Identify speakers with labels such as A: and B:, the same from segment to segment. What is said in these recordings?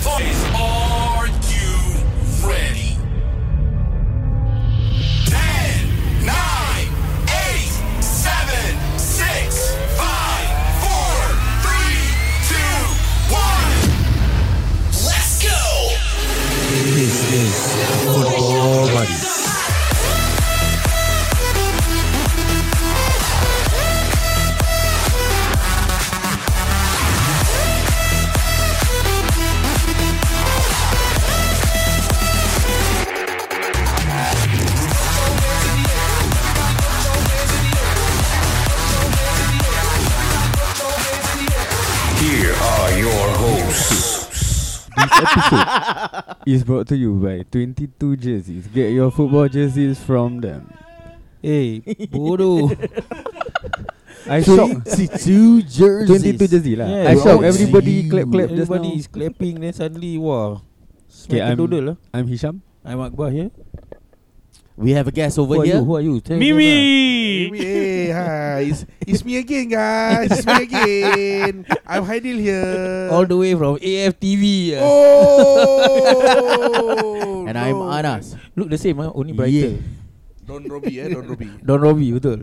A: voice. Are you ready? Ten, nine, eight, seven, six, five, four, three, two, one. Let's go!
B: This is Football Buddies.
A: Here are your hosts.
C: This episode is brought to you by 22 Jerseys. Get your football jerseys from them.
D: Eh, bodoh.
C: I shop
E: 22 jerseys.
C: 22 jersey lah.
D: Yeah,
C: I shop
E: bro.
C: everybody
E: Gee.
C: clap clap just now.
D: Everybody is clapping then suddenly wah.
C: Okay,
D: Smack
C: I'm-
D: a doodle lah.
C: I'm Hisham.
D: I'm ya. Akbar here.
E: We have a guest over
D: who
E: here.
D: are you? Who are you? Tell them
F: Hey, hey, hi. It's, it's me again, guys. It's me again. I'm Haidil here.
D: lah. All the way from AFTV. Oh.
F: Oh.
E: And I'm
F: no.
E: Anas.
D: Look the same ah, only brighter. Yeah.
F: Don Robbie, eh? Don Robbie.
D: Don Robbie betul.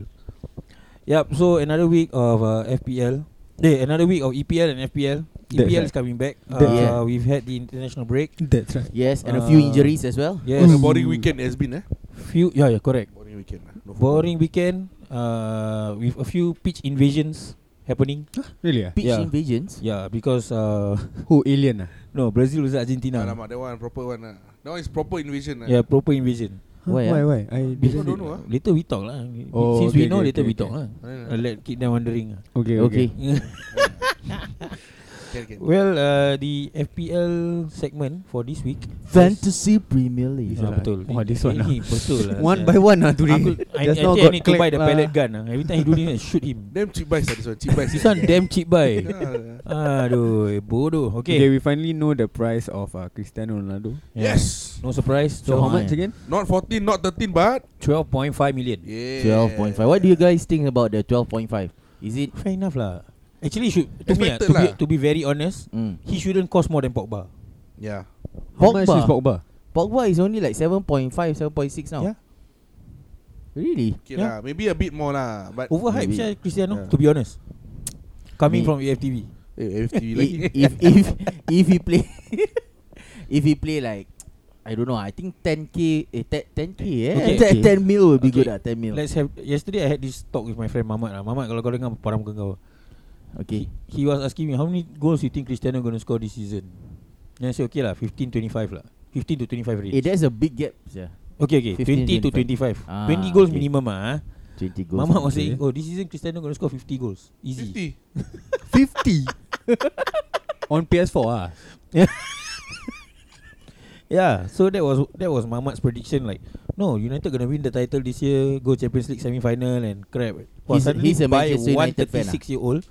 D: Yup, so another week of uh, FPL. Eh, another week of EPL and FPL.
C: That's
D: EPL
C: right.
D: is coming back. Uh,
C: That's
E: right.
D: We've had the international break.
C: That's right.
E: Yes, and a few
D: Uh,
E: injuries as well.
D: Yes.
F: And a boring weekend has been, eh?
D: Few. Yeah, yeah, correct.
F: Boring weekend. eh? No football.
D: Boring weekend. Uh, with a few pitch invasions happening.
C: Really? Ah?
E: Pitch
D: yeah.
E: invasions.
D: Yeah, because uh,
C: Who alien? Ah?
D: no Brazil versus Argentina.
F: Alamak, that one proper one. Uh. That one is proper invasion. Uh.
D: Yeah, proper invasion.
C: Huh?
E: Why, ah?
C: Why? Why? I
F: People
C: didn't-
F: don't know. ah.
D: Later we talk lah. We-
C: Oh,
D: Since
C: okay,
D: we know,
C: okay,
D: later
C: okay,
D: we talk
C: okay.
D: lah.
F: Alright,
D: Uh, let keep them wondering. ah.
C: Okay. Okay.
E: Okay.
F: Can, can.
D: well, uh, the FPL segment for this week.
E: Fantasy Premier League.
C: This
D: Ah,
C: one,
D: betul.
C: ah. Wah, this one,
D: Ini betul lah.
C: one
D: sia.
C: by one ah today.
D: Aku, I, I,
C: Just now
D: think I
C: got
D: need to buy
C: clap
D: the pellet
C: lah.
D: gun. ah. Every time he do this, I shoot him.
F: Damn cheap buys, ah, this one. Cheap buys.
D: This one damn cheap buy.
F: Yeah.
C: Ah,
D: Aduh, eh, bodoh.
C: Okay.
D: Okay.
C: we finally know the price of uh, Cristiano Ronaldo.
D: Yeah.
F: Yes.
D: No surprise.
C: So how
E: Come
C: much
E: on.
C: again?
F: Not 14, not 13, but.
D: 12.5 million.
F: Yeah.
E: 12.5. What do you guys think about the 12.5? Is it
D: Fair enough lah. Actually, should to me, ah,
F: Expected
D: to, be,
F: lah.
D: to be very honest,
E: mm.
D: he shouldn't cost more than Pogba.
F: Yeah.
C: How much is
E: Pogba?
C: Pogba?
E: Pogba is only like 7.5, 7.6 now.
D: Yeah.
E: Really?
F: Okay
D: Yeah.
F: lah. Maybe a bit more lah. But.
D: Overhype
E: Maybe.
D: saya Cristiano
F: Yeah.
D: to be honest. Coming
E: Me-
D: from AFTV.
F: Eh, FTV lagi.
E: I- if if if he play if he play like I don't know, I think 10k eh, 10, 10k eh. 10,
D: Okay, okay.
E: 10 mil would be
D: Okay,
E: good ah, 10 mil.
D: Let's have yesterday I had this talk with my friend Mamat lah. Mamat kalau kau dengar param ke kau.
E: Okay.
D: He, he was asking me how many goals you think Cristiano going to score this season. Then I say okay lah 15 25 lah. 15 to 25 range.
E: Eh, that's a big gap. Yeah.
D: okay okay
E: 15,
D: 20 to 25.
E: Ah,
D: 20 goals
E: okay.
D: minimum ah.
E: 20 goals.
D: Mamat was
E: Okay.
D: saying oh this season Cristiano going to score 50 goals. Easy.
F: 50.
C: Fifty. On PS4 ah.
D: Yeah, so that was that was Mamat's prediction like no United going to win the title this year, go Champions League semi final and crap. Wah,
E: He's-
D: suddenly
E: he's a
D: by
E: Manchester United fan ah.
D: 136 year old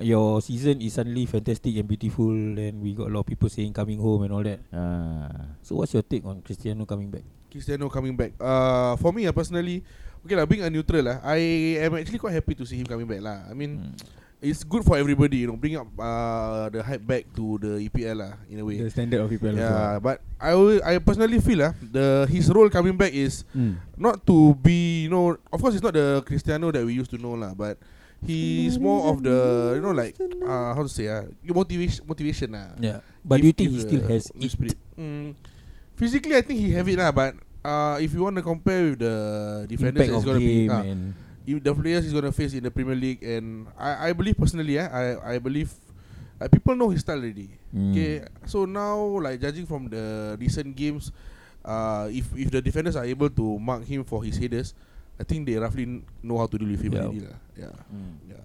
D: your season is suddenly fantastic and beautiful and we got a lot of people saying coming home and all that.
E: Ah.
D: So what's your take on Cristiano coming back?
F: Cristiano coming back. Uh, for me, uh, personally, okay lah, being a neutral lah, I am actually quite happy to see him coming back lah. I mean,
D: Hmm.
F: it's good for everybody, you know, bring up uh, the hype back to the EPL lah, in a way.
C: The standard of people.
F: yeah, but I will- I personally feel lah, the his role coming back is
C: Mm.
F: not to be, you know, of course it's not the Cristiano that we used to know lah, but he's more of the, you know, like uh, how to say ah, motivation, motivation lah.
D: Yeah. But
F: Give-
D: do you think
F: give
D: he still
F: the
D: has
F: good
D: it?
F: spirit. Mm, physically, I think he have it lah. But uh, if you want to compare with the defenders,
D: Impact
F: that
D: of
F: he's gonna be
D: game
F: ah,
D: and
F: if the players he's gonna face in the Premier League, and I, I believe personally, eh, I I believe uh, people know his style already.
E: Hmm.
D: Mm.
F: Okay, so now like judging from the recent games, uh, if if the defenders are able to mark him for his headers, I think they roughly kn- know how to deal with him
D: Yeah.
F: already lah. Yeah,
E: Mm.
F: yeah.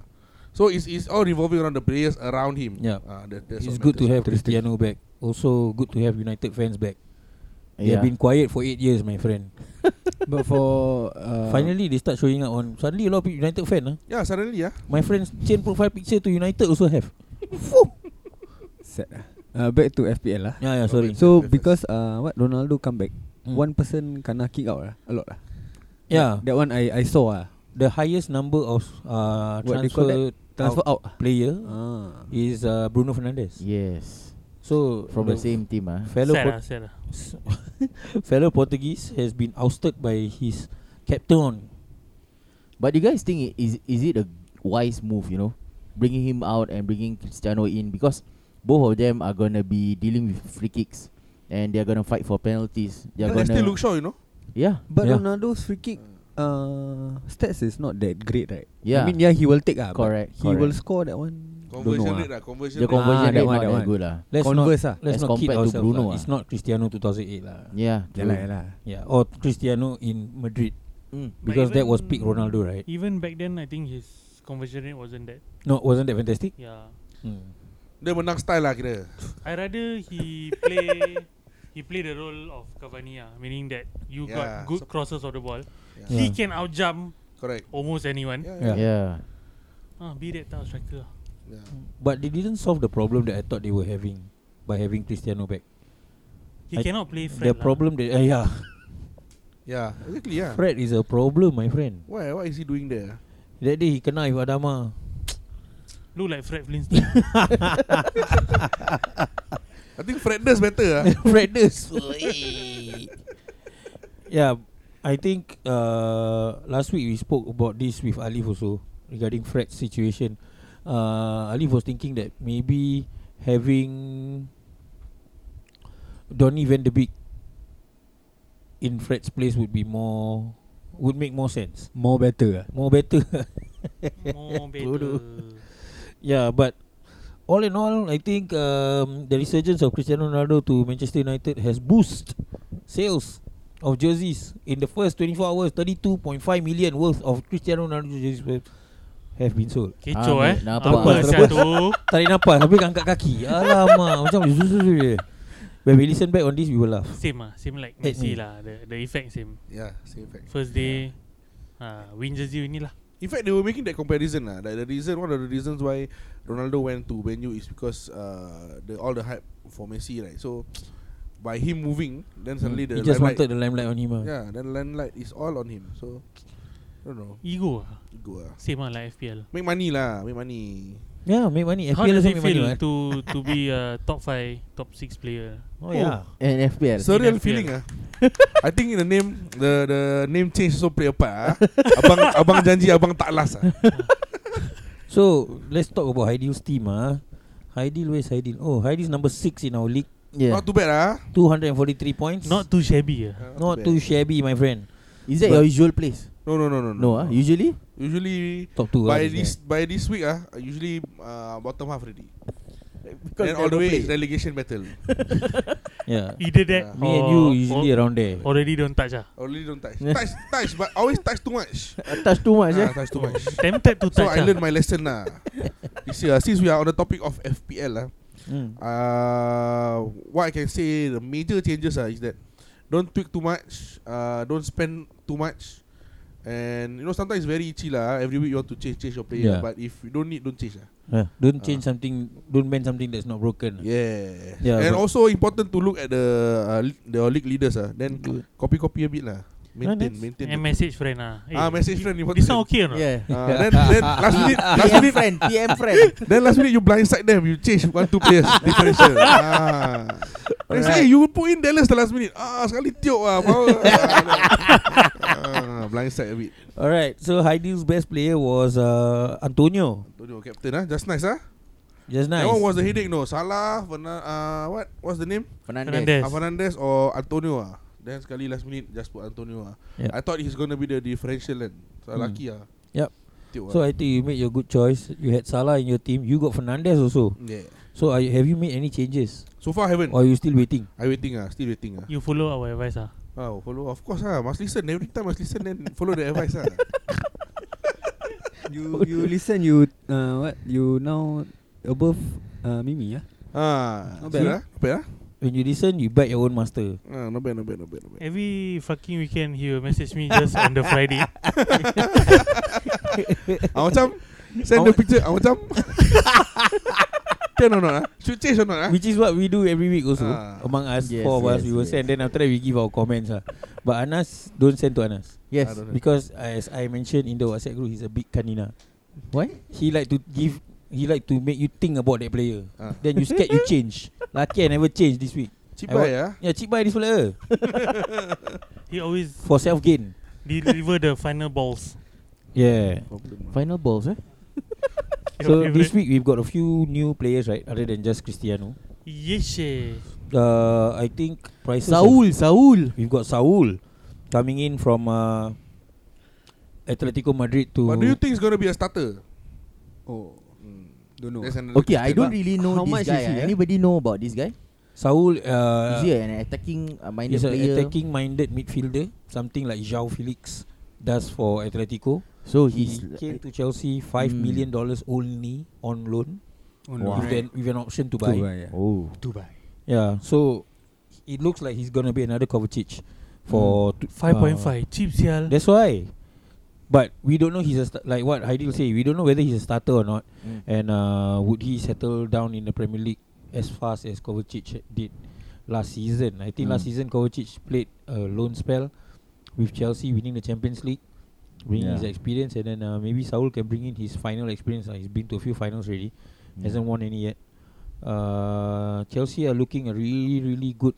F: So it's it's all revolving around the players around him.
D: Yeah.
F: uh, that, that's
D: it's
F: what
D: good to
F: matters.
D: have Cristiano back. Also good to have United fans back. They
E: Yeah.
D: have been quiet for 8 years my friend.
C: But for uh,
D: Finally they start showing up on suddenly a lot of United fan ah.
F: Yeah, Ya, suddenly yeah.
D: My friend's chain profile picture to United also have.
C: set ah. Uh, back to FPL lah.
E: Ya,
D: Yeah, yeah, sorry. So,
C: So
F: FFS.
C: because uh, what Ronaldo come back,
E: Hmm.
D: Mm.
C: one person kena kick out lah, a lot lah.
E: Ya.
D: yeah,
C: That one I I saw ah.
D: the highest number of uh,
C: What they call
D: transfer,
C: Transfer out.
D: player
C: Ah.
D: is uh, Bruno Fernandes.
E: Yes.
D: So
E: From the
D: the
E: same team ah.
D: fellow
G: sad
D: Port-
G: lah, sad lah.
D: fellow Portuguese has been ousted by his captain.
E: But you guys think i- is is it a wise move, you know, bringing him out and bringing Cristiano in because both of them are gonna be dealing with free kicks and they're gonna fight for penalties.
D: Ya,
E: They're
F: They still
E: gonna
F: look sure, you know.
E: yeah
C: But
D: Yeah.
C: Ronaldo's free kick uh, stats is not that great, right?
E: yeah.
C: I mean, yeah, he will take ah.
E: Ya.
C: but
E: Correct,
C: He
E: correct.
C: will score that one.
F: Conversion
E: know,
F: rate lah, conversion
E: the
F: rate.
E: conversion
C: Ah, that
E: rate
C: one,
E: not
C: that
E: that
C: one.
E: good lah.
D: Let's
C: Converse
D: not,
C: ah,
D: let's
E: as
D: not kid
E: compared to
D: ourselves
E: Bruno
D: lah.
E: ah.
D: It's not Cristiano 2008 lah.
E: Yeah, true.
C: Yalah, yalah.
D: Yeah, or Cristiano in Madrid
E: Mm.
G: But
D: because that was
G: even-
D: peak Ronaldo, right?
G: Even back then, I think his conversion rate wasn't that.
D: No, wasn't that fantastic?
G: Yeah.
D: Hmm.
F: Dia menang style lah kira.
G: I rather he play he play the role of Cavani ah, meaning that you
F: Yeah.
G: got good
F: So-
G: crosses of the ball.
F: Yeah.
G: He can out jump
F: Correct. Ya,
G: almost anyone.
F: Yeah,
D: Yeah.
F: yeah.
E: Yeah.
G: Ah, be that type of striker. ah.
F: yeah.
D: But they didn't solve the problem that I thought they were having by having Cristiano back.
G: He
D: I-
G: cannot play
D: the
G: Fred. lah.
D: problem that uh, yeah,
F: Yeah, Ya, exactly yeah.
D: Fred is a problem, my friend.
F: Why? What is he doing ah? there?
D: That day he kena with Adama.
G: look like Fred Flintstone.
F: I think Fredness better ah.
D: Fredness. yeah, I think uh, last week we spoke about this with Alif also regarding Fred's situation. Uh, Alif was thinking that maybe having Donny Van de Beek in Fred's place would be more would make more sense,
C: More better ah.
D: more better.
G: More
D: Bodoh.
G: better.
D: yeah, but all in all, I think um, the resurgence of Cristiano Ronaldo to Manchester United has boosted sales of jerseys in the first 24 hours. 32.5 million worth of Cristiano Ronaldo jerseys were- have been sold.
G: Kecoh
E: Ah,
G: eh.
E: mate, nampak
G: Apa
D: ah.
G: sia tu?
D: Tarik nafas habis angkat kaki. Alamak, macam zuzuzuz je. When we listen back on this, we will laugh.
G: Same ah, same like
D: Hit
G: Messi
D: me.
G: lah. The the effect same.
F: Yeah, Ya, same fact.
G: First day ah win jersey ni lah.
F: In fact, they were making that comparison lah. Like the reason, one of the reasons why Ronaldo went to Man U is because uh, the all the hype for Messi, right? So by him moving, then suddenly the
D: Hmm, He just
F: limelight-
D: wanted the limelight on him. ah.
F: yeah, then limelight is all on him. So I don't know,
G: Ego ah.
F: go lah.
G: Same ah like FPL.
F: Make money lah, make money.
D: Yeah, make money.
G: How
D: FPL
G: does
D: also
G: it
D: make money.
G: feel
D: what?
G: to to be a top five, top six player?
D: Oh, yeah.
E: And FPL.
F: Surreal
G: In FPL.
F: feeling ah. I think the name the the name change also play a part ah. Abang abang janji abang tak last ah.
D: So, let's talk about Haidil's team. Ah, Haidil, where's Haidil? Oh, Haidil's number 6 in our league.
E: yeah.
F: Not too bad ah.
D: 243 points.
G: Not too shabby ah.
D: not
F: bad.
D: too shabby, my friend.
E: Is that
D: But-
E: your usual place?
F: No no no no
E: No ah, usually?
F: Usually
D: Top two.
F: by
D: ah,
F: this
D: yeah.
F: by this week ah usually uh, bottom half already. Then all the way is relegation battle.
D: yeah.
G: Either that
F: Yeah.
D: Me and you eh?
G: or,
D: usually
G: or
D: around there.
G: already don't touch ah.
F: Only don't touch. touch touch but always touch too much.
E: touch eh? too much yeah.
F: ah, touch too much.
G: Tempted to
F: So I
G: touch. ah.
F: learned my lesson lah. This year, ah, since we are on the topic of FPL ah,
D: Mm.
F: uh, what I can say the major changes are is that don't tweak too much, uh, don't spend too much, and you know sometimes it's very itchy lah. Every week you want to change change your player,
D: Yeah.
F: but if you don't need, don't change lah.
D: Yeah. Don't
F: Ah.
D: change something. Don't bend something that's not broken.
F: Yeah.
D: Yeah,
F: and
D: but-
F: also important to look at the uh, le- the league leaders ah. Then copy copy a bit lah. Maintain
D: that's-
F: maintain.
G: And message friend ah. Eh,
F: Ah, message friend important.
G: This one okay or not?
E: Yeah.
C: Uh,
F: Ah, then then last minute last
E: PM
F: minute
E: friend, PM friend.
F: then last minute you blindside them. You change one two players differential. ah. They say "Hey, you put in Dallas the last minute. Ah sekali tiup ah. Power. ah, blindside a bit.
D: All right. So Heidi's best player was uh, Antonio.
F: Antonio captain ah, just nice ah.
D: Just nice.
F: That one was the headache no. Salah, Fernan, uh, what what's the name?
E: Fernandez.
G: Fernandez.
F: Ah, Fernandes or Antonio ah. Then sekali last minute just put Antonio ah.
D: Yeah.
F: I thought he's gonna be the differential kan. So
D: Hmm.
F: lucky ah.
D: Yup.
F: Tiup
D: so
F: ah.
D: I think you made your good choice. You had Salah in your team. You got Fernandez also.
F: yeah.
D: So are you, have you made any changes,
F: So far haven't.
D: or are you still waiting?
F: I waiting ah, still waiting ah.
G: You follow our advice ah.
F: Oh, follow of course ah. Must listen every time must listen then follow the advice ah.
C: You you listen you uh, what you now above uh, Mimi ah.
F: Ah,
C: Not
F: not
C: bad.
F: bad, ah. not
D: ya?
F: bad ah.
D: When you listen, you back your own master.
F: Ah, not bad, not bad, not bad, not bad.
G: Every fucking weekend he will message me just on the Friday.
F: Ah, macam send the picture. Ah, macam Can or not ah? Should change or not ah?
D: Which is what we do every week also
F: Ah.
D: Among us
E: Yes,
D: Four of
E: yes,
D: us We will
E: yes.
D: send Then after that we give our comments lah. But Anas Don't send to Anas
E: Yes.
F: I don't know.
D: Because as I mentioned In the WhatsApp group He's a big canina
E: Why?
D: He like to give he like to make you think about that player.
F: Ah.
D: Then you scared you change. Lucky I never change this week. I
F: Cheap buy
D: want-
F: ah.
D: Yeah, cheap buy this player
G: He always
D: for self gain.
G: deliver the final balls.
D: Yeah.
E: Final balls eh?
G: Your
D: So this
G: favourite?
D: week we've got a few new players, right? Other than just Cristiano.
G: Yes, eh.
D: Uh, I think prices. have-
E: Saul, Saul.
D: We've got Saul coming in from uh, Atletico Madrid to.
F: But do you think it's gonna be a starter?
B: Oh,
C: hmm.
B: don't know.
F: That's another
E: Okay, I
F: question
E: don't
F: lah.
E: really know
B: How
E: this
B: much
E: guy.
B: is
E: ah.
B: he, eh?
E: Anybody know about this guy?
D: Saul
E: Is
D: uh,
E: he an attacking uh, minded
D: is an
E: player?
D: attacking minded midfielder, something like João Felix does for Atletico.
E: So
D: He
E: he's
D: came to Chelsea five
E: Mm.
D: million dollars only on loan
B: Oh,
E: Wow.
D: with, an, with an option to
C: Buy.
D: buy.
C: ah. yeah.
E: Oh.
B: Dubai.
D: Yeah, so it looks like he's gonna be another Kovacic
E: Hmm.
D: for t-
G: Five point
D: uh,
G: five cheap sial.
D: That's why. But we don't know he's a sta- like what Haidil say. We don't know whether he's a starter or not,
E: Mm.
D: and uh, would he settle down in the Premier League as fast as Kovacic did last season? I think last
E: Mm.
D: season Kovacic played a loan spell with Chelsea, winning the Champions League, bringing his
E: Yeah.
D: experience, and then uh, maybe Saul can bring in his final experience. Uh, he's been to a few finals already, hasn't won any yet. Uh, Chelsea are looking a really really good,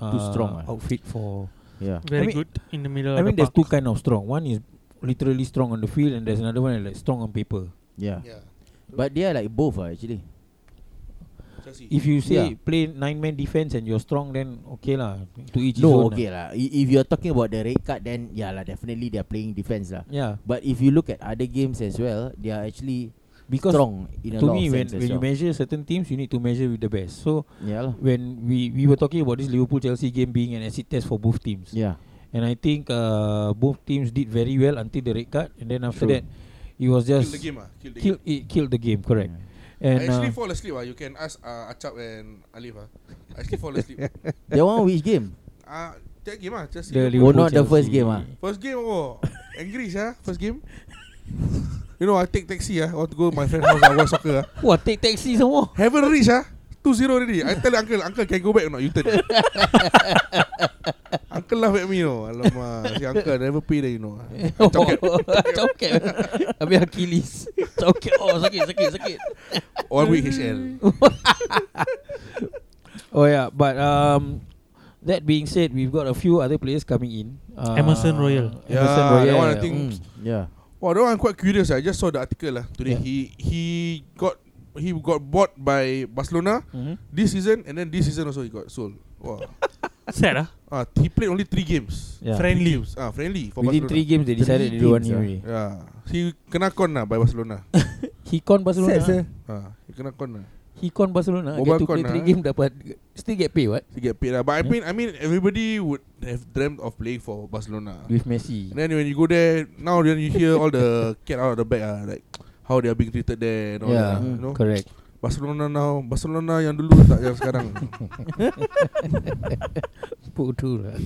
D: uh,
E: strong, ah.
D: outfit for
E: Yeah.
D: I
G: Very
D: mean-
G: good in the middle
D: I
G: of
D: mean,
G: the
D: there's
G: park.
D: two kind of strong. One is literally strong on the field, and there's another one that's like strong on paper.
E: Yeah.
F: Yeah.
E: But they are like both ah, actually.
D: If you
E: Yeah.
D: say play nine man defense and you're strong, then okay lah. To each his
E: No,
D: own
E: okay lah.
D: lah.
E: I- If you're talking about the red card, then yeah lah, definitely they are playing defense lah.
D: Yeah,
E: But if you look at other games as well, they are actually
D: because
E: strong in a
D: to
E: lot of
D: me, when
E: sense
D: when
E: as
D: you
E: well.
D: measure certain teams, you need to measure with the best. So
E: yeah lah.
D: when we we were talking about this Liverpool Chelsea game being an acid test for both teams,
E: Yeah.
D: and I think uh, both teams did very well until the red card, and then after
E: True.
D: that, it was just
F: Kill the game ah. Kill the
D: kill,
F: game.
D: it killed the game. Correct.
F: I
D: And
F: actually
D: uh,
F: fall asleep ah. You can ask uh, Achap and Alif ah. I actually fall asleep.
E: that one Oh, which game?
F: Ah, that game ah. Just
D: the
E: Oh, not the
D: Liverpool-Chelsea-
E: first game ah.
F: First game, oh, angry sah. First game. You know, I take taxi ah. I want to go to my friend's house. I watch soccer ah.
D: Wah, take taxi semua.
F: Haven't reach ah. 2-0 already. I tell uncle, uncle can go back or not? You turn. uncle laugh at me, you know. Alamak, si uncle never pay there, you know.
D: Congkak Congkak Habis Achilles Congkak Oh sakit sakit sakit
F: One week HL.
D: Oh yeah But um That being said We've got a few other players coming in uh,
G: Emerson Royal.
D: Emerson
F: Yeah,
D: Royal
F: that one I think-
E: Mm, yeah.
D: Ya.
F: Wow, that one I'm quite curious. ah. I just saw the article lah today.
D: Yeah.
F: He he got he got bought by Barcelona
D: Mhm.
F: this season, and then this season also he got sold. Wow.
G: Sad ah.
F: ah, he played only three games.
D: yeah.
G: Friendly.
F: Games, ah, friendly for
D: Within three games
F: Barcelona.
D: ya. They
E: Three
D: decided They don't want
E: teams,
D: him
E: ah.
D: already.
F: Yeah, he kena con lah by Barcelona.
D: He con Barcelona
C: Sad, sir.
F: ah, he kena con lah.
D: He con Barcelona
F: Mobile
D: Get to play
F: con,
D: three
F: ah.
D: game Dapat Still get pay what
F: He get paid lah. But I
D: Yeah.
F: mean, I mean, everybody would have dreamt of playing for Barcelona.
D: With Messi
F: And then when you go there now, then you hear all the cat out of the bag ah, like how they are being treated there. And all
D: Yeah,
F: that, ah, you know?
D: Hmm, Correct
F: Barcelona now, Barcelona yang dulu tak yang sekarang.
D: Bodoh lah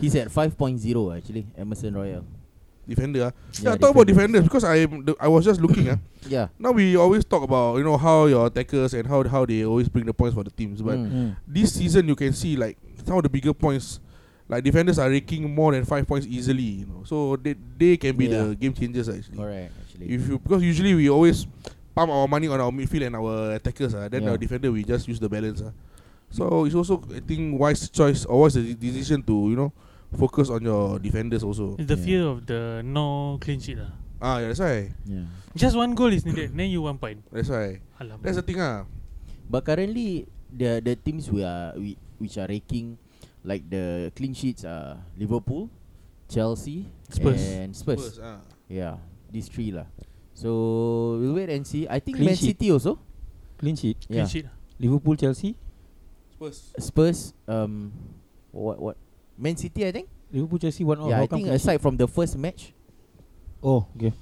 E: He's at 5.0 actually, Emerson Royal.
F: Defender ah. Yeah,
E: Yeah,
F: talk about
E: defenders.
F: defenders because I am the- I was just looking ah.
E: Yeah.
F: Now we always talk about you know how your attackers and how how they always bring the points for the teams, but
E: Mm.
D: Mm.
F: this season you can see like some of the bigger points, like defenders are raking more than five points easily. You know, so they they can be the game changers ah, actually.
E: Correct actually.
F: If you because usually we always pump our money on our midfield and our attackers ah, then
E: Yeah.
F: our defender we just use the balance ah. So it's also I think wise choice or wise de- decision to you know focus on your defenders also.
G: It's the
E: Yeah.
G: fear of the no clean sheet lah.
F: Ah, yeah, that's why.
E: yeah.
G: Just one goal is needed. Then you one point.
F: That's why.
G: Alamak.
F: That's the thing ah.
E: But currently the the teams we are we, which are raking like the clean sheets are Liverpool, Chelsea,
G: Spurs.
E: and Spurs.
F: Spurs, ah.
E: Yeah, these three lah. So we'll wait and see. I think
D: Clean
E: Man
D: sheet.
E: City also.
D: Clean sheet
G: Clean
E: Yeah.
G: sheet. lah.
D: Liverpool Chelsea
F: Spurs.
E: Spurs. Um, what what? Man City, I think.
D: Liverpool Chelsea one all
E: yeah, I
D: How come
E: think
D: clean sheet?
E: aside from the first match.
D: Oh okay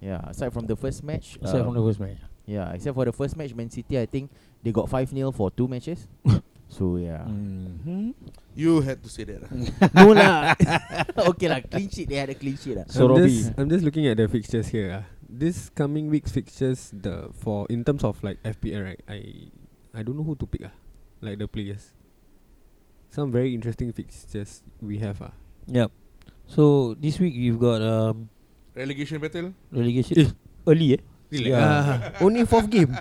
E: Yeah, aside from the first match.
D: Aside from
E: um,
D: the first match
E: Yeah, except for the first match, Man City. I think they got five 0 for two matches. so yeah.
C: Mm-hmm.
D: mm.
F: You had to say that. ah.
E: no lah. okay lah, clean sheet. They had a clean sheet lah.
D: So
C: I'm
D: Robbie
C: just, I'm just looking at the fixtures here. ah. This coming week's fixtures, the for in terms of like FPL, right? I I don't know who to pick. Ah, like the players. Some very interesting fixtures we have. Ah,
D: Yep. So this week you've got um,
F: Relegation battle.
D: relegation early eh. Yeah.
H: Only fourth game.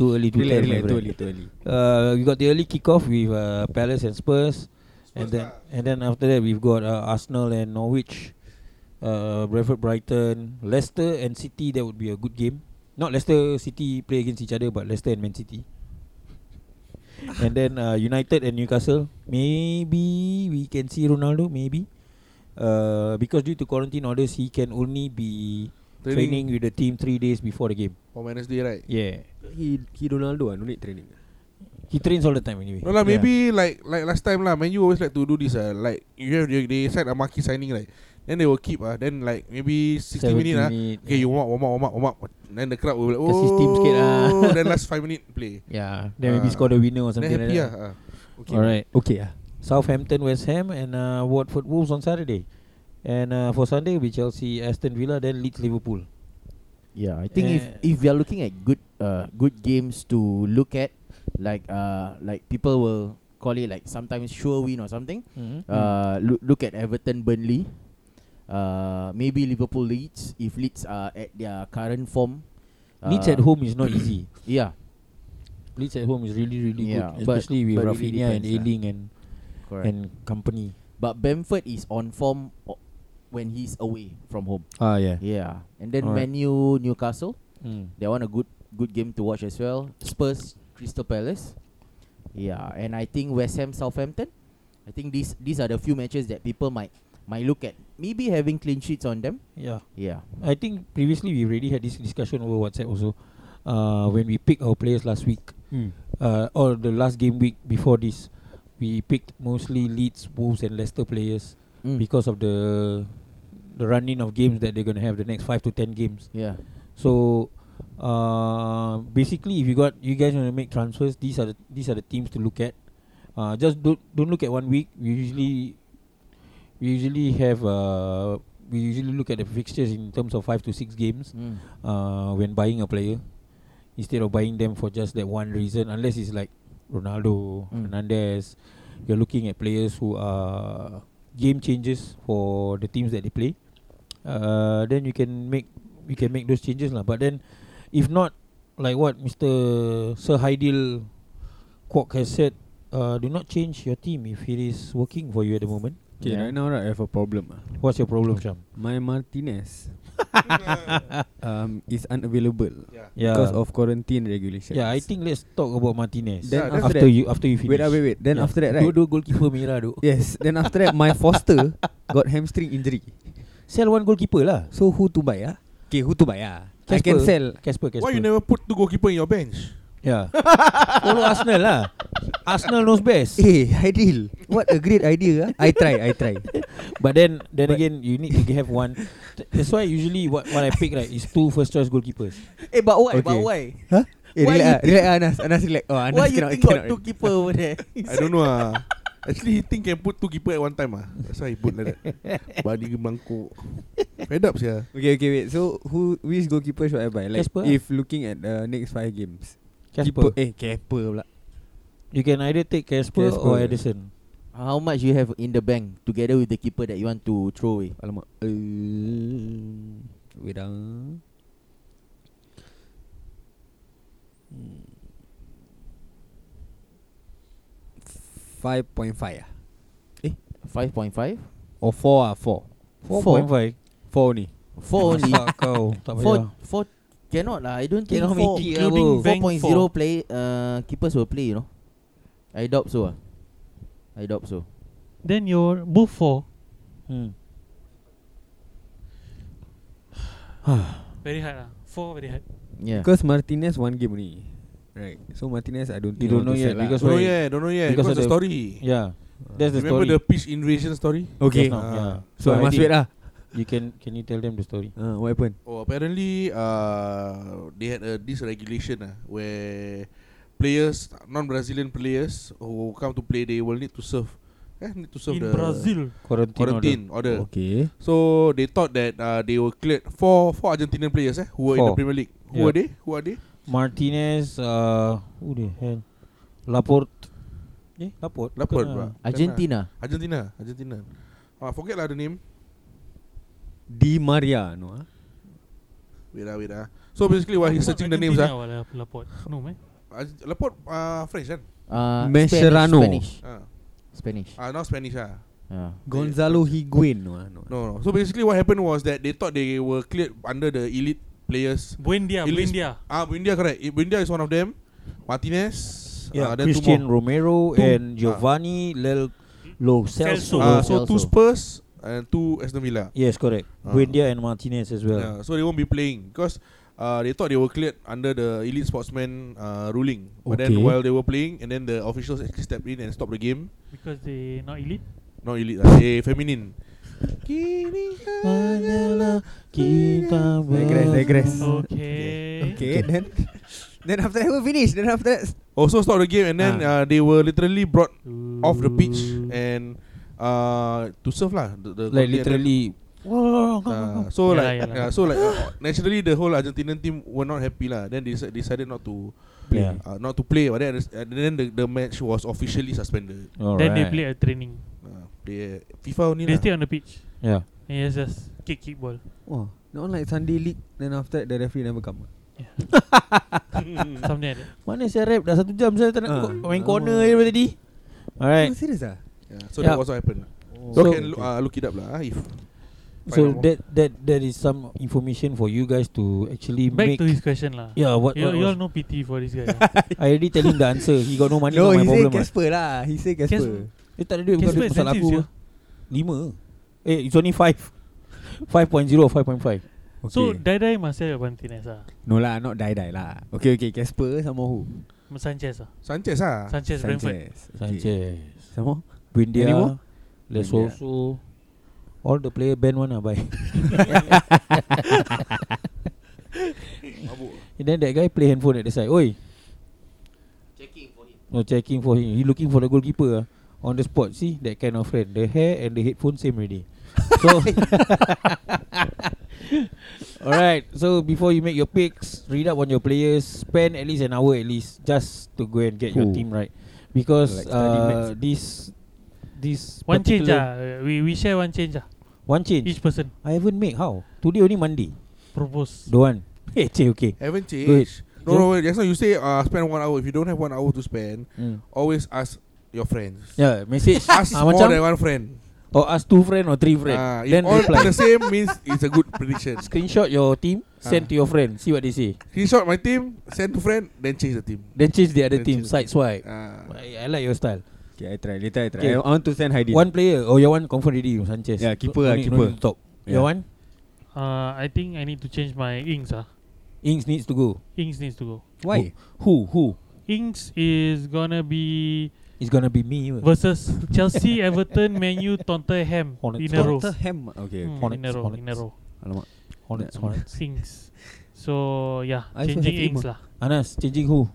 D: Too early to
C: Ah. Relax,
D: tell, my
C: relax,
D: friend.
C: too early, too early.
D: Uh, we got the early kickoff with uh, Palace and Spurs, and then
F: ah.
D: and then after that we've got uh, Arsenal and Norwich, uh, Brentford, Brighton, Leicester and City. That would be a good game. Not Leicester City play against each other, but Leicester and Man City. and then uh, United and Newcastle. Maybe we can see Ronaldo. Maybe uh, because due to quarantine orders, he can only be
F: Training.
D: training with the team three days before the game.
F: On Wednesday, right?
D: Yeah.
C: He he Ronaldo ah, no need training.
D: He trains all the time anyway.
F: No lah,
D: Yeah.
F: maybe like like last time lah. Man, you always like to do this ah. Like you have they, they sign a marquee signing like, then they will keep ah. Then like maybe 60 minutes ah. Okay, you warm up, warm up, warm up, warm up. Then the crowd will be like,
D: Kasi steam
F: oh.
D: sikit ah.
F: then last 5 minute play.
D: Yeah, then maybe
F: Ah.
D: score the winner or
F: Then
D: something
F: happy
D: like that.
F: ah. ah. Okay.
D: Alright.
C: Okay ah.
D: Southampton, West Ham, and uh, Watford Wolves on Saturday. And uh, for Sunday, we Chelsea, Aston Villa, then Leeds, Liverpool.
E: Yeah, I think if
D: Eh.
E: if we are looking at good uh good games to look at, like uh like people will call it like sometimes sure win or something.
D: Mm-hmm.
E: Uh, look look at Everton, Burnley, uh maybe Liverpool, Leeds. If Leeds are at their current form,
D: Leeds
E: uh,
D: at home is not easy.
E: Yeah,
D: Leeds at home is really, really
E: Yeah,
D: good,
E: but-
D: especially with
E: but it really
D: Rafinha and
E: depends, ah.
D: Ailing and
E: correct.
D: and company.
E: but Bamford is on form o- when he's away from home.
D: Ah yeah.
E: Yeah, and then
D: Alright.
E: Menu Newcastle.
D: Mm.
E: They want a good good game to watch as well. Spurs, Crystal Palace. Yeah, and I think West Ham, Southampton. I think these these are the few matches that people might might look at. Maybe having clean sheets on them.
D: Yeah.
E: Yeah.
D: I think previously we already had this discussion over WhatsApp also. Uh, when we picked our players last week, uh, or the last game week before this, we picked mostly Leeds, Wolves, and Leicester players
E: Hmm.
C: Mm.
D: because of the the running of games that they're going to have the next five to ten games.
E: yeah.
D: So uh, basically, if you got you guys want to make transfers, these are the these are the teams to look at. Uh, just don't don't look at one week. We usually we usually have uh, we usually look at the fixtures in terms of five to six games
E: Mm.
D: uh, when buying a player instead of buying them for just that one reason unless it's like Ronaldo,
E: Mm.
D: Hernandez you're looking at players who are game changers for the teams that they play uh, then you can make you can make those changes lah but then if not like what Mr. Sir Haidil Kwok has said uh, do not change your team if it is working for you at the moment
C: Okay,
E: Yeah.
C: right now right, I have a problem ah.
D: what's your problem Sham?
C: My Martinez um is unavailable
F: Yeah.
D: yeah
C: because of quarantine regulations.
D: Um, yeah I think let's talk about Martinez
C: Then after
F: Yeah,
C: that,
D: after you after you finish
C: wait, ah, wait, wait. Then
D: Yeah.
C: after that, right?
D: Dua-dua goalkeeper merah tu
C: Yes. Then after that, my Foster got hamstring injury.
D: Sell one goalkeeper lah
C: So who to buy ah? Okay, who to buy ah? I can
D: Casper.
C: sell.
D: Casper Casper
F: Why you never put two goalkeeper in your bench?
D: Yeah Follow Arsenal lah Arsenal knows best
C: Eh, Haidil, what a great idea ah. I try, I try.
D: But then Then again You need to have one Th- That's why usually What what I pick right Is two first choice goalkeepers
H: Eh, but why? But
C: Okay.
H: why?
C: Huh? Eh,
H: Why you
C: relax, ah, relax, ah, Anas, Anas, relax. Oh, Anas
H: why you
C: cannot,
H: think
C: cannot.
H: got two keeper over there?
F: I don't know ah. Actually, he think can put two keeper at one time ah. That's why he put like that. Badi mangkuk. Fed up sia.
C: Okay, okay, wait. So who, which goalkeeper should I buy? Like,
D: Casper ah.
C: if looking at the next five games,
D: Casper
C: Keeper, eh, keeper pula.
D: You can either take Casper,
C: Casper.
D: Or Edison
E: How much you have in the bank together with the keeper that you want to throw away?
C: Alamak. Uh, wait ah. Hmm. Five point five ah,
E: Five point five.
C: or four ah four,
D: 4.5
C: four ni.
E: Four only.
D: Masak kau Tak
E: four
D: payah
E: four cannot lah. I don't think
D: Cannot
E: four,
D: make it lah,
E: including
D: bro.
E: four
G: Bank
E: point
G: four.
E: zero play uh keepers will play. You know, I doubt so. Ah, I doubt so.
G: Then your both four
D: hmm.
G: very hard lah. Four very hard.
E: Yeah.
C: Because Martinez one game only, right? So Martinez I don't
D: You
C: think I want
D: don't know
C: to
D: yet
C: sell lah.
D: because-
F: Don't know
D: why-
F: yet, don't know yet.
D: because
F: Because,
D: of
F: the,
D: the-
F: story.
D: Yeah That's the
F: Remember
D: story
F: the Ah. pitch invasion story?
C: okay,
D: Just now, yeah.
C: so I must
D: Aidil,
C: wait lah.
D: You can Can you tell them the story
C: Uh, what happened?
F: Oh, apparently, uh, they had a this regulation uh, where players, non-Brazilian players who come to play, they will need to serve. Eh, need to serve
G: In
F: the
G: Brazil.
D: Quarantine, order.
F: quarantine order.
C: Okay,
F: So they thought that uh, they were cleared four four Argentinian players eh, who were in
D: Four.
F: the Premier League. Who
D: Yeah.
F: are they? Who are they?
D: Martinez uh, Who the hell Laporte Eh Laporte
F: Laporte,
D: Bukan, ah.
F: bro.
E: Argentina.
F: Argentina, Argentina. Oh, I forget lah the name.
C: Di Maria no ah.
F: Wait lah, wait lah. So basically while he's
G: Not
F: searching the names ah.
G: Argentina wala Laporte. No man.
F: Uh, Laporte uh, French kan?
E: Uh,
C: Mascherano.
E: Spanish.
F: Ah,
E: Spanish. Spanish.
F: uh, now Spanish ah.
E: Yeah.
C: Gonzalo Higuain. No, ah, no.
F: No, no. So basically what happened was that they thought they were cleared under the elite players.
G: Buendia,
F: Elite-
G: Buendia.
F: Ah, Buendia correct. Eh, Buendia is one of them. Martinez.
C: Uh,
D: Yeah,
F: ah, then two
D: Christian
F: more.
D: Romero
F: Two.
D: and Giovanni Lel Lo Celso.
G: Celso.
D: Lo
F: Ah, so two
E: Celso.
F: Spurs and two Aston Villa.
D: Yes, correct.
F: Ah.
D: Buendia and Martinez as well.
F: Yeah, so they won't be playing because uh, they thought they were cleared under the elite sportsman uh, ruling. But then
C: Okay.
F: while they were playing, and then the officials actually stepped in and stopped the game.
G: Because they not elite.
F: Not elite, uh, they feminine.
D: Hanyalah kita
B: Digress, digress.
G: Okay.
B: Okay, then then after that we'll finish. Then after that,
F: Also stopped the game, and then uh, they were literally brought off the pitch
G: Ooh.
F: and uh, to serve lah. The, the
D: Like
F: goalie and then-
D: literally.
F: Uh, so
G: Yeah
F: like
G: lah, yeah lah.
F: yeah, so like uh, naturally the whole Argentinian team were not happy lah. Then they deci- decided not to
D: Yeah.
F: uh, not to play. But then uh, then the, the match was officially suspended.
G: Then they play a training.
F: Uh, they FIFA only
G: They
F: lah.
G: stay on the pitch.
D: Yeah.
G: And yes, just kick kick ball.
C: Oh, not like Sunday league. Then after that the referee never come.
G: Something like that.
D: Mana saya rap dah satu jam saya
C: Ah.
D: tak nak ko- main corner je daripada tadi.
C: Oh,
D: Alright.
C: serious ah?
F: Yeah, so
D: Yeah.
F: that was what happened.
C: Oh,
F: So,
D: So-
F: can uh, look it up lah. ah, If
D: So
F: find out more.
D: that that that is some information for you guys to actually
G: Back
D: make.
G: to his question lah.
D: yeah, what,
G: You,
D: what
G: you all
D: was,
G: know pity for this guy.
D: I already tell him the answer. He got no money,
C: No, he
D: not my
C: say
D: problem. Right?
C: Casper lah. He say Casper.
D: Dia tak ada duit bukan
G: Casper
D: duit pasal
G: expensive
D: aku.
G: sia.
D: Lima. Eh, it's only five. 5.0 or 5.5
G: So Dai Dai must have Martinez ah.
C: no lah, not die die lah. Okay, okay, Casper sama who?
G: Sanchez ah.
F: Sanchez ah.
G: Sanchez, Brentford.
C: Okay.
D: Sanchez
C: Sama?
D: Buendia
C: Anymore?
D: Lesoso All the player band one lah bye
F: Mabuk.
D: And then that guy play handphone at the side Oi No checking for him He looking for the goalkeeper ah. On the spot See that kind of friend The hair and the headphone same already So Alright So before you make your picks Read up on your players Spend at least an hour at least Just to go and get your
C: Cool.
D: team right Because
C: Like study
D: uh,
C: maths.
D: this This
G: One change
D: particular-
G: ah. Uh, We we share one change ah.
D: One change
G: Each person
D: I haven't make how Today only Monday
G: propose.
D: Don't want Eh cik okay
F: Haven't
D: Good.
F: changed. No, no, wait. Just now you say uh, spend one hour. If you don't have one hour to spend,
D: mm.
F: always ask your friends.
D: Yeah message
F: Hmm. Ask
D: Ah,
F: more
D: macam
F: than one friend.
D: Or ask two friend or three friend
F: Ah, if
D: Then
F: all
D: reply
F: the same means it's a good prediction.
D: Screenshot your team Send
F: Ah.
D: to your friend See what they say
F: Screenshot my team, send to friend, then change the team.
D: Then change the other
F: Then
D: team
F: change.
D: Side swipe
F: Ah.
D: I, I like your style
C: Okay, I try. Later I try.
D: Okay.
C: I want to send Heidi.
D: One player Oh your one confirm already Sanchez
C: Yeah, keeper
D: No
F: lah,
C: ah,
D: need- no
C: keeper.
D: need to talk
C: Yeah.
D: Your one
G: Uh, I think I need to change my Ings ah.
D: Ings needs to go
G: Ings needs to go.
C: Why?
D: Who who
G: Ings is gonna be
D: It's gonna be me Versus
G: versus Chelsea, Everton, Manu, Tottenham
D: Hornets.
G: in a row.
C: Tottenham. Okay. okay.
G: Hmm, in a
D: Hornets,
G: row, in a
D: Hornets.
G: row.
C: Alamak.
D: Hornets, Hornets.
G: Ings. So yeah,
C: I also
G: changing
C: have
G: Ings
C: Imo.
G: lah.
D: Anas changing who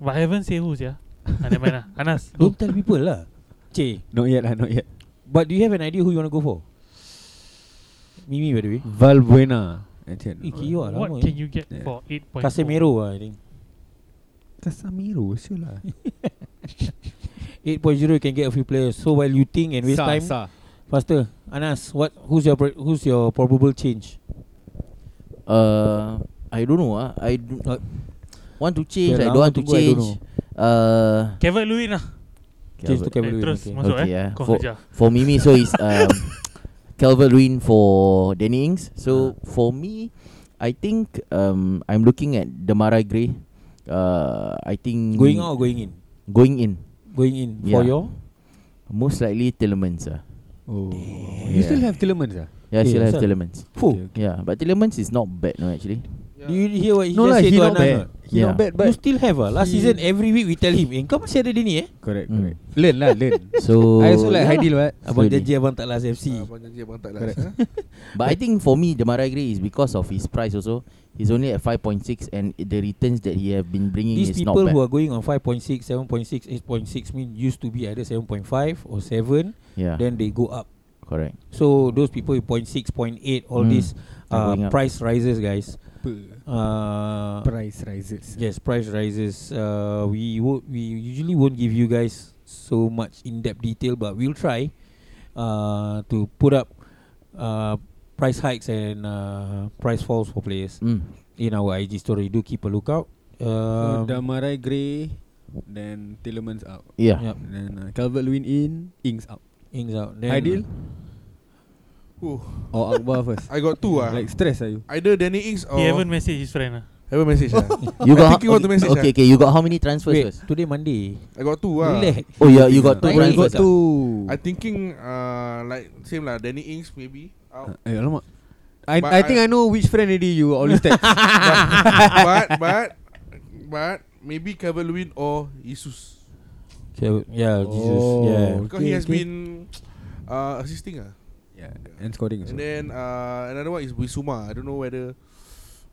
G: But I haven't say who's yeah. ah, never mind lah. Anas.
D: Don't tell people lah Cik
C: Not yet lah, not yet.
D: But do you have an idea Who you want to go for Mimi by the way
C: Valbuena.
D: Eh, Kiyo lah
G: What
D: lama
G: can
D: eh.
G: you get
C: Yeah.
G: for 8.4?
D: Casemiro lah I think
C: Casamiro, sure lah.
D: 8.0 you can get a few players So while you think and waste time Faster Anas what Who's your pro- who's your probable change
E: Uh, I don't know. Ah, I do, uh, want to change. I
D: Wait, I
E: don't want to
D: want to go, I don't
E: change. Uh,
G: Kevin Lewin lah.
D: Change to
G: Eh,
D: Calvert Lewin
G: terus
D: okay.
G: masuk
E: Okay,
G: eh.
E: yeah.
G: Kau
E: For-
G: saja.
E: for Mimi, so it's um, Calvert Lewin for Danny Ings. So for me, I think um, I'm looking at Demarai Gray. Uh, I think
D: Going out or going in
E: going in
D: Going in
E: Yeah.
D: For your
E: most likely Tillemans. Ah,
C: Oh.
E: Yeah.
C: You still have Tillemans ah?
E: yeah,
D: Okay,
E: still have
D: so-
E: Tillemans.
D: Fuh
C: Okay, okay.
E: Yeah, but Tillemans is not bad, no actually.
D: Do you hear what he
C: No
D: just
C: lah,
D: said
C: he
D: to
C: not
D: Anas
C: bad. He
E: Yeah.
C: not bad,
D: But you
C: but
D: still have ah. Last
C: he-
D: season every week we tell him Eh kau masih ada dia ni eh
C: correct,
E: Mm.
C: correct. Learn lah, learn.
E: So
C: I also
E: yeah lah.
C: like Heidi what?
D: Abang
E: Slowly.
D: janji abang tak last FC
F: Abang janji abang tak last.
C: Correct.
F: ah.
E: But I think for me, Demarai Gray is because of his price also. He's only at 5.6 and the returns that he have been bringing
D: These
E: is not
D: people
E: bad.
D: who are going on 5.6 7.6 8.6 mean used to be either 7.5 or 7
E: yeah,
D: Then they go up
E: correct.
D: So those people with 0.6, 0.8 All
E: Mm.
D: these
E: Are
D: uh,
E: going up.
D: price rises guys
C: Apa?
D: uh,
C: Price rises.
D: Yes, price rises. Uh, we wo- we usually won't give you guys so much in depth detail, but we'll try uh, to put up uh, price hikes and uh, price falls for players
E: Mm.
D: in our IG story. Do keep a lookout.
C: So
D: Um,
C: Damarai Gray Then Tillemans out
E: Yeah.
D: Yep.
C: Then uh, Calvert-Lewin in Ings out
D: Ings out. Then
C: Ideal
F: Ooh,
C: Or Akbar first
F: I got two ah.
C: Like stress are you
F: Either Danny Ings or
G: He haven't messaged his friend ah.
F: have a message ah.
E: You got
F: thinking what to message,
E: okay,
F: ah.
E: okay, you got how many transfers
D: Wait,
E: first?
D: today Monday.
F: I got two ah.
D: Relax.
E: Oh yeah, you got two
D: Baik.
C: Oh, you
E: transfers.
C: got
E: ah.
C: two
F: I thinking uh, like same lah Danny Ings maybe out.
C: Eh alamak I,
F: But
C: I think
F: I-
C: I know which friend already you always text
F: but, but but but maybe Calvert-Lewin or Jesus
D: Okay, yeah, Jesus.
C: Oh.
D: Yeah.
F: because he
C: Okay,
F: has
C: okay.
F: been uh, assisting ah.
C: yeah, And scoring also
F: And then uh, another one is Bisuma. I don't know whether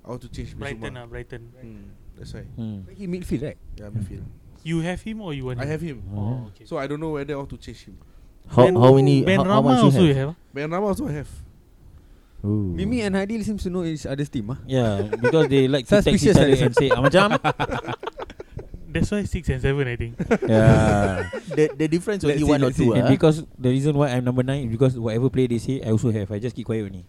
F: how to change
G: Brighton
F: Bisuma.
G: ah, Brighton.
F: Hmm, that's why.
D: Hmm.
B: He midfield right?
F: Yeah,
C: Hmm.
F: midfield.
G: You have him or you want
F: I
G: him?
F: have him.
G: Oh, okay.
F: So I don't know whether how to change him.
E: How,
G: Ben-
E: how many?
G: Ben
E: how, how
G: Rama
E: much
G: also
E: you have?
G: have. ah.
F: Benrahma also have.
E: Ooh.
C: Mimi and Hadil seems to know each other's team ah.
D: Yeah, because they like to text each
C: Suspicious eh?
D: other
C: like
D: and say, "Ah, "Amat jam."
G: That's why six and seven I think.
D: yeah.
E: the the difference
C: Let's
E: only
C: see,
E: one or
C: let's see.
E: two.
D: And
E: ah.
D: because the reason why I'm number nine is because whatever play they say, I also have. I just keep quiet only.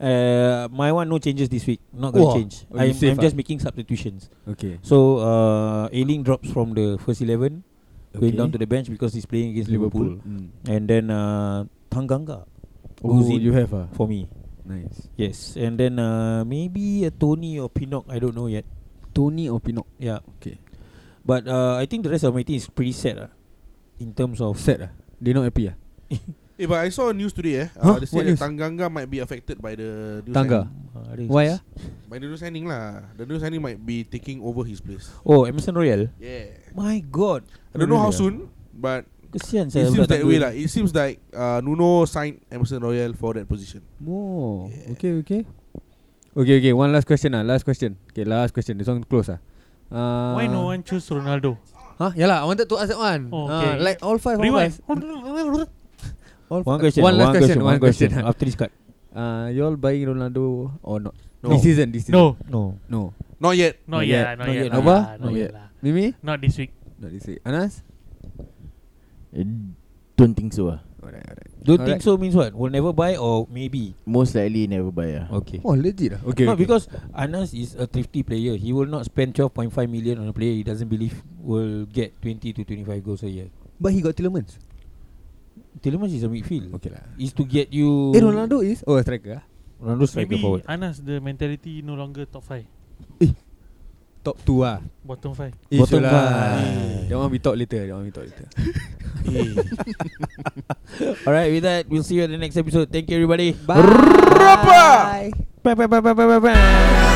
D: uh, my one no changes this week. Not gonna
C: Wah,
D: change.
C: oh, you
D: I'm,
C: safe
D: I'm
C: ah.
D: just making substitutions.
C: Okay
D: So uh, Ailing drops from the first eleven, going
C: Okay.
D: down to the bench because he's playing against Liverpool.
C: Mm.
D: And then uh, Tanganga
C: Oh
D: Who's in?
C: you have ah.
D: for me.
C: Nice
D: Yes. And then uh, maybe a Tony or Pinnock. I don't know yet.
C: Tony or Pinok
D: Yeah.
C: Okay
D: But uh, I think the rest of my team is pretty set uh, in terms of
C: Sad ah. They not happy ah.
F: Eh, but I saw news today eh.
C: Huh?
F: Uh, they said
C: What
F: that
C: news?
F: Tanganga might be affected by the new
C: Tangga
D: Uh,
C: Why ah?
F: signing. By the new signing lah. The new signing might be taking over his place.
D: Oh, Emerson Royal.
F: Yeah.
D: My God.
F: I don't know how
D: Really, ah.
F: soon, but
D: Kesian
F: it
D: saya.
F: seems
D: budak
F: that
D: tak
F: way
D: duit.
F: lah. It seems like uh, Nuno signed Emerson Royal for that position.
C: Oh, okay, okay. Okay, okay. One last question ah. Last question. Okay, last question. This one close ah. Uh,
G: Why no one choose Ronaldo?
C: Huh? Yeah lah. I wanted to ask that one.
G: Oh,
C: Ah,
G: okay.
C: like all five. All
G: Rewind.
C: five. All
D: One question.
C: One last question.
D: One question.
C: ah.
D: After this card.
C: Uh, you all buying Ronaldo or not?
F: No.
C: This season. This season.
G: No,
D: No.
C: No.
F: Not yet.
G: not yet, not yet,
C: Abah?
G: lah, not
C: Not yet.
G: yet lah.
C: Mimi?
G: Not this week.
C: Not this week. Anas?
E: Eh, Don't think so. ah.
C: Alright, alright.
D: Don't
C: Alright.
D: think so means what? Will never buy or maybe.
E: Most likely never buy. ah.
D: Okay.
C: Oh, legit ah. Okay.
D: no,
C: okay.
D: because Anas is a thrifty player. He will not spend 12.5 million on a player he doesn't believe will get 20 to 25 goals a year.
C: but he got Tillemans.
D: Tielemans is a midfield.
C: Okay lah.
D: Is to get you.
C: Eh, Ronaldo is oh striker ah.
D: Ronaldo striker
G: Maybe
D: forward.
G: Anas the mentality no longer top five,
C: Top two ah.
G: bottom five.
C: Eh, sure
D: Bottom
C: lah.
D: five.
C: That one we talk later. That one we talk later.
D: Alright, with that, we'll see you in the next episode. Thank you, everybody.
B: Bye.
D: Bye bye bye bye bye bye. bye.